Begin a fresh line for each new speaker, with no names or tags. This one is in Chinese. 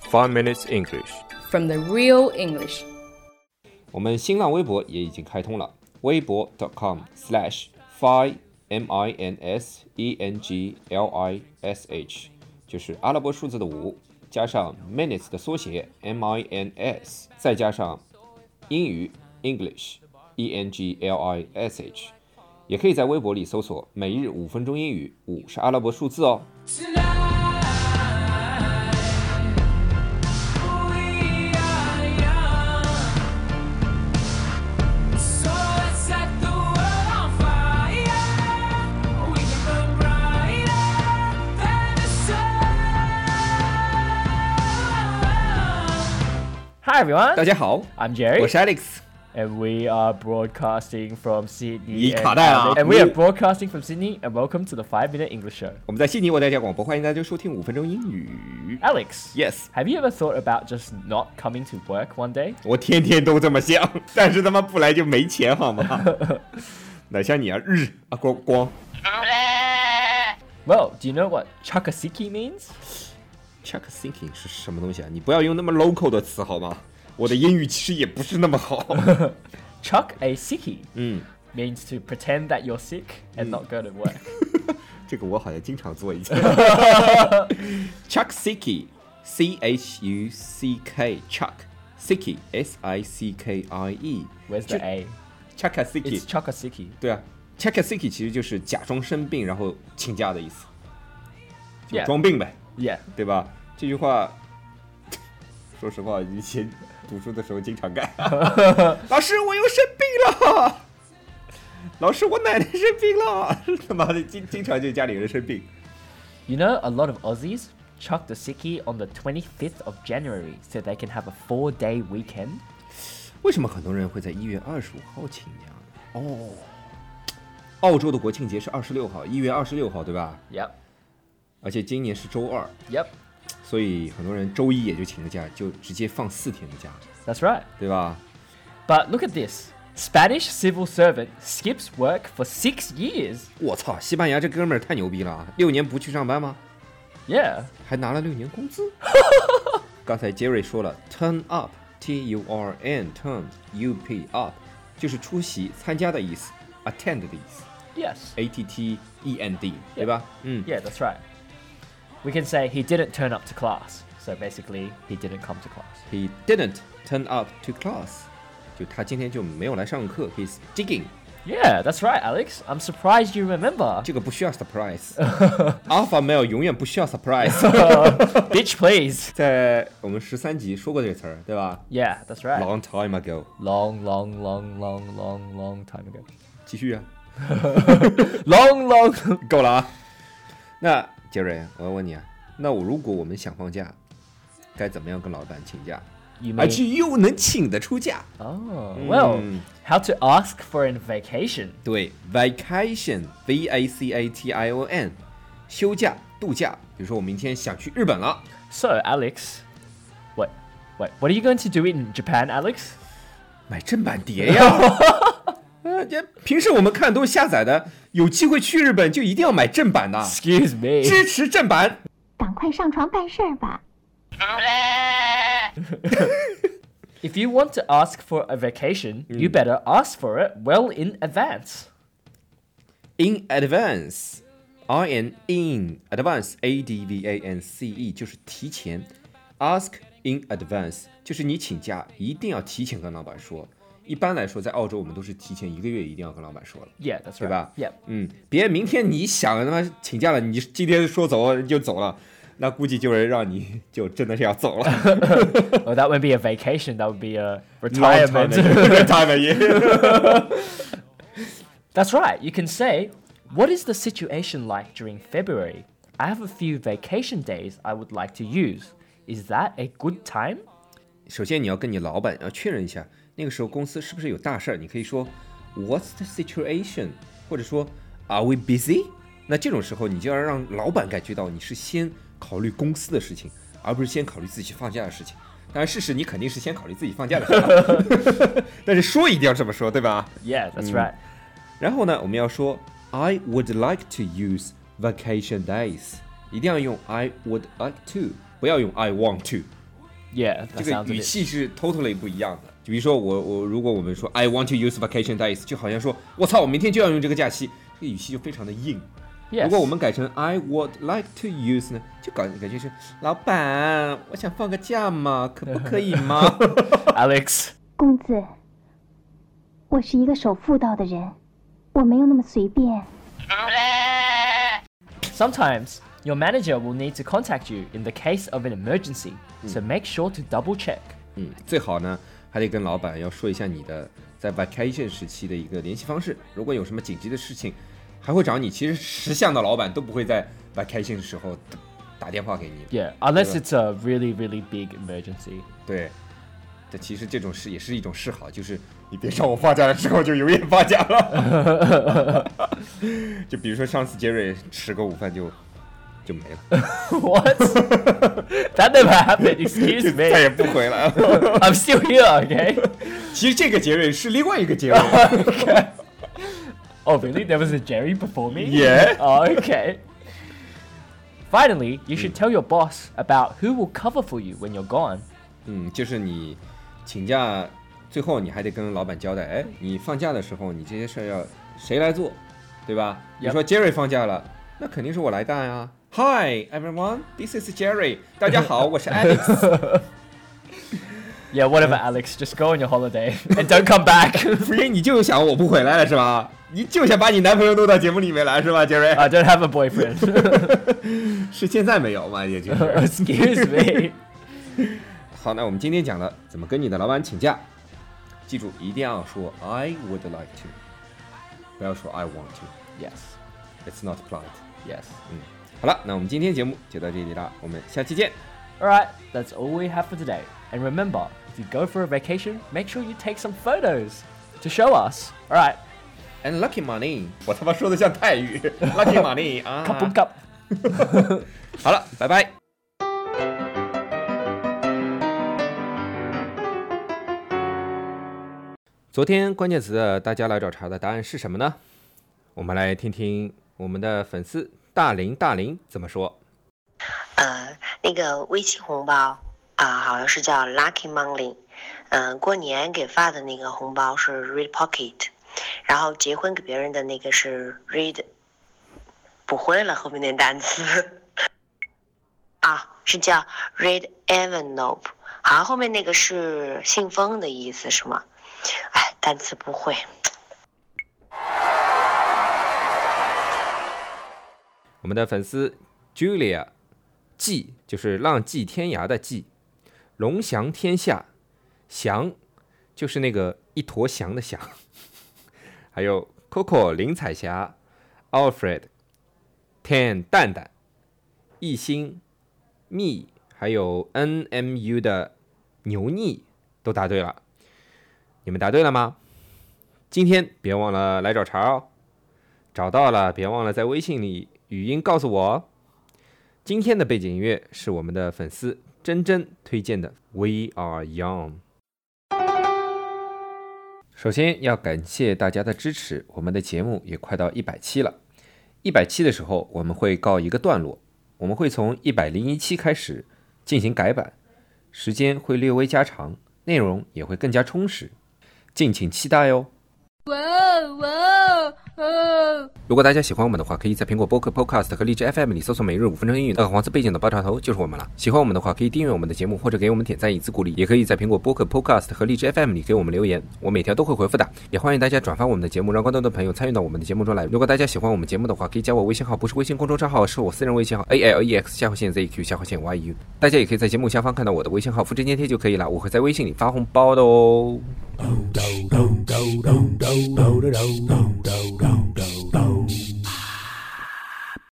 Five Minutes English。
from the real English.
我们新浪微博也已经开通了，微博 .com/slash fi m i n s e n g l i s h，就是阿拉伯数字的五加上 minutes 的缩写 m i n s，再加上英语 English e n g l i s h，也可以在微博里搜索“每日五分钟英语”，五是阿拉伯数字哦。
Hi everyone,
大家好，
I'm Jerry,
Alex。
and we are broadcasting from Sydney.
你
and
卡带了啊
LA and we are
你
broadcasting from Sydney, and welcome to the Five Minute English Show.
我们在悉尼为大家广播，欢迎大家收听五分钟英语。
Alex,
Yes，
have you ever thought about just not coming to work one day?
我天天都这么想， 但是他妈不来就没钱好吗？ 哪像你啊，日啊光光
Well, do you know what chakasiki means?
check thinking 是什么东西啊？你不要用那么 local 的词好吗？我的英语其实也不是那么 好。
Chuck a siki
嗯，
means to pretend that you're sick and not go to work.
这个我好像经常做 一件。Chuck Sicky C H U C K Chuck Sicky S I C K I E
Where's the A?
Chuck Sicky
It's chakasiki.
对啊，check a sick 其实就是假装生病然后请假的意思，就
Yeah.
装病呗
Yeah.
对吧？这句话， 说实话，以前读书的时候经常干。 老师，我又生病了。 老师，我奶奶生病了。 他妈的，经经常就家里人生病。
You know, a lot of Aussies chuck the siki on the 25th of January so they can have a four-day weekend.
为什么很多人会在一月二十五号请假呢？哦，澳洲的国庆节是二十六号，一月二十六号，对吧？
Yep.
而且今年是周二，
Yep.
所以很多人周一也就请个假，就直接放四天的假，
That's right.
对吧？
But look at this. Spanish civil servant skips work for six years.
我操，西班牙这哥们儿太牛逼了啊！六年不去上班吗？
Yeah.
还拿了六年工 资。刚才杰瑞说了，turn up，t u r n turn u p up，就是出席、参加的意思，attend 的意思
Yes.
，a t t e n d，对吧？嗯
Yeah, that's right. We can say he didn't turn up to class. So basically, he didn't come to class.
，He didn't turn up to class，就他今天就没有来上课，He's digging。
Yeah, that's right, Alex. I'm surprised you remember.
这个不需要 surprise。Alpha male 永远不需要 surprise。
Bitch, please.
在我们十三集说过这个词儿，对吧
Yeah, that's right.
？Long time ago。
Long, long, long, long, long, long time ago.
继续啊，
Long, long.
够了啊。那杰瑞，我要问你啊，那我如果我们想放假，该怎么样跟老板请假，
You
而
mean?
且又能请得出假？
Oh, well, how to ask for a vacation?
对，vacation，v a c a t i o n，休假、度假。比如说我明天想去日本了，
So, Alex, wait, wait, what are you going to do in Japan, Alex?
买正版碟 呀。呃，这平时我们看都是下载的，有机会去日本就一定要买正版的，
Excuse me.
支持正版。
赶快上床办事儿吧。
If you want to ask for a vacation, you better ask for it well in advance.
in advance。I N in advance A D V A N C E 就是提前，ask in advance 就是你请假一定要提前跟老板说。一般来说，在澳洲我们都是提前一个月一定要跟老板说了，
Yeah, that's
对
right.
吧？
Yeah.
嗯，别明天你想他妈请假了，你今天说走就走了，那估计就是让你就真的是要走了。
Well, that won't be a vacation. That would be a
time
retirement.
他们也
that's right. You can say, "What is the situation like during February? I have a few vacation days I would like to use. Is that a good time?"
首先你要跟你老板要呃确认一下，那个时候公司是不是有大事儿？你可以说 What's the situation？或者说 Are we busy？那这种时候你就要让老板感觉到你是先考虑公司的事情，而不是先考虑自己放假的事情。当然，事实你肯定是先考虑自己放假的事儿啊， 但是说一定要这么说，对吧？
Yeah, that's right.
然后呢，我们要说 I would like to use vacation days，一定要用 I would like to，不要用 I want to。
Yeah,
这个
that sounds a
语
bit.
气是 totally 不一样的。比如说我我如果我们说 I want to use vacation days，就好像说我操，我明天就要用这个假期，这个语气就非常的硬。
Yes.
如果我们改成 I would like to use 呢，就感感觉是老板，我想放个假嘛，可不可以 吗？
Alex.
公子，我是一个守妇道的人，我没有那么随便。
Sometimes your manager will need to contact you in the case of an emergency, so make sure to double check.
嗯，最好呢还得跟老板要说一下你的在 vacation 时期的一个联系方式，如果有什么紧急的事情，还会找你。其实识相的老板都不会在 vacation 时候打电话给你。
Yeah, unless
Yeah.
it's a really, really big emergency.
对，但其实这种事也是一种示好，就是你别让我放假了之后就永远放假了。 就比如说上次杰瑞吃个午饭就就没了，
what? that never happened. Excuse
就再
me.
也不回来了。
I'm still here. Okay.
其实这个杰瑞是另外一个杰瑞，
Oh, really? There was a Jerry before me?
Yeah.
Oh, okay. Finally, you should tell your boss about who will cover for you when you're gone.
嗯，就是你请假，最后你还得跟老板交代，哎，你放假的时候你这些事儿要谁来做，对吧？你
Yep.
说杰瑞放假了，那肯定是我来干啊。Hi everyone, this is Jerry。大家好，我是 Alex。
Yeah, whatever, Alex. Just go on your holiday and don't come back.
不是，你就想我不回来了是吧？你就想把你男朋友弄到节目里面来是吧，杰瑞？
I don't have a boyfriend.
是现在没有嘛，也就是
Excuse me.
好，那我们今天讲了怎么跟你的老板请假，记住一定要说 I would like to，不要说 I want to，it's
Yes.
not polite。
Yes.
好了，那我们今天节目就到这里啦，我们下期见。
All right, that's all we have for today. And remember, if you go for a vacation, make sure you take some photos to show us. All right,
And lucky money，我他妈说的像泰语，lucky money 啊
cup on cup.
好了，拜拜。昨天关键词的大家来找茬的答案是什么呢？我们来听听我们的粉丝大林大林怎么说。
呃，那个微信红包啊、好像是叫 Lucky Money，嗯、过年给发的那个红包是 Red Pocket，然后结婚给别人的那个是 Red，不会了后面那单词，啊，是叫 Red Envelope，好像后面那个是信封的意思是吗？哎，单词不会。
我们的粉丝 Julia G 就是浪迹天涯的 G，龙翔天下，翔就是那个一坨翔的翔， 还有 Coco 林彩霞，Alfred Tan 蛋蛋，一心 me 还有 NMU 的牛腻都答对了，你们答对了吗？今天别忘了来找茬哦。找到了，别忘了在微信里语音告诉我哦。今天的背景音乐是我们的粉丝真真推荐的《We Are Young》。首先要感谢大家的支持，我们的节目也快到一百期了。一百期的时候，我们会告一个段落，我们会从一百零一期开始进行改版，时间会略微加长，内容也会更加充实，敬请期待哦哟。
Whoa, whoa, oh. whoa.
如果大家喜欢我们的话，可以在苹果播客 Podcast 和荔枝 FM 里搜索“每日五分钟英语”，那个黄色背景的爆炸头就是我们了。喜欢我们的话，可以订阅我们的节目，或者给我们点赞以资鼓励，也可以在苹果播客 Podcast 和荔枝 FM 里给我们留言，我每条都会回复的。也欢迎大家转发我们的节目，让更多的朋友参与到我们的节目中来。如果大家喜欢我们节目的话，可以加我微信号，不是微信公众账号，是我私人微信号 a l e x 下划线 z q 下划线 y u。大家也可以在节目下方看到我的微信号，复制粘贴就可以了，我会在微信里发红包的哦。
do do do do do do do do do do do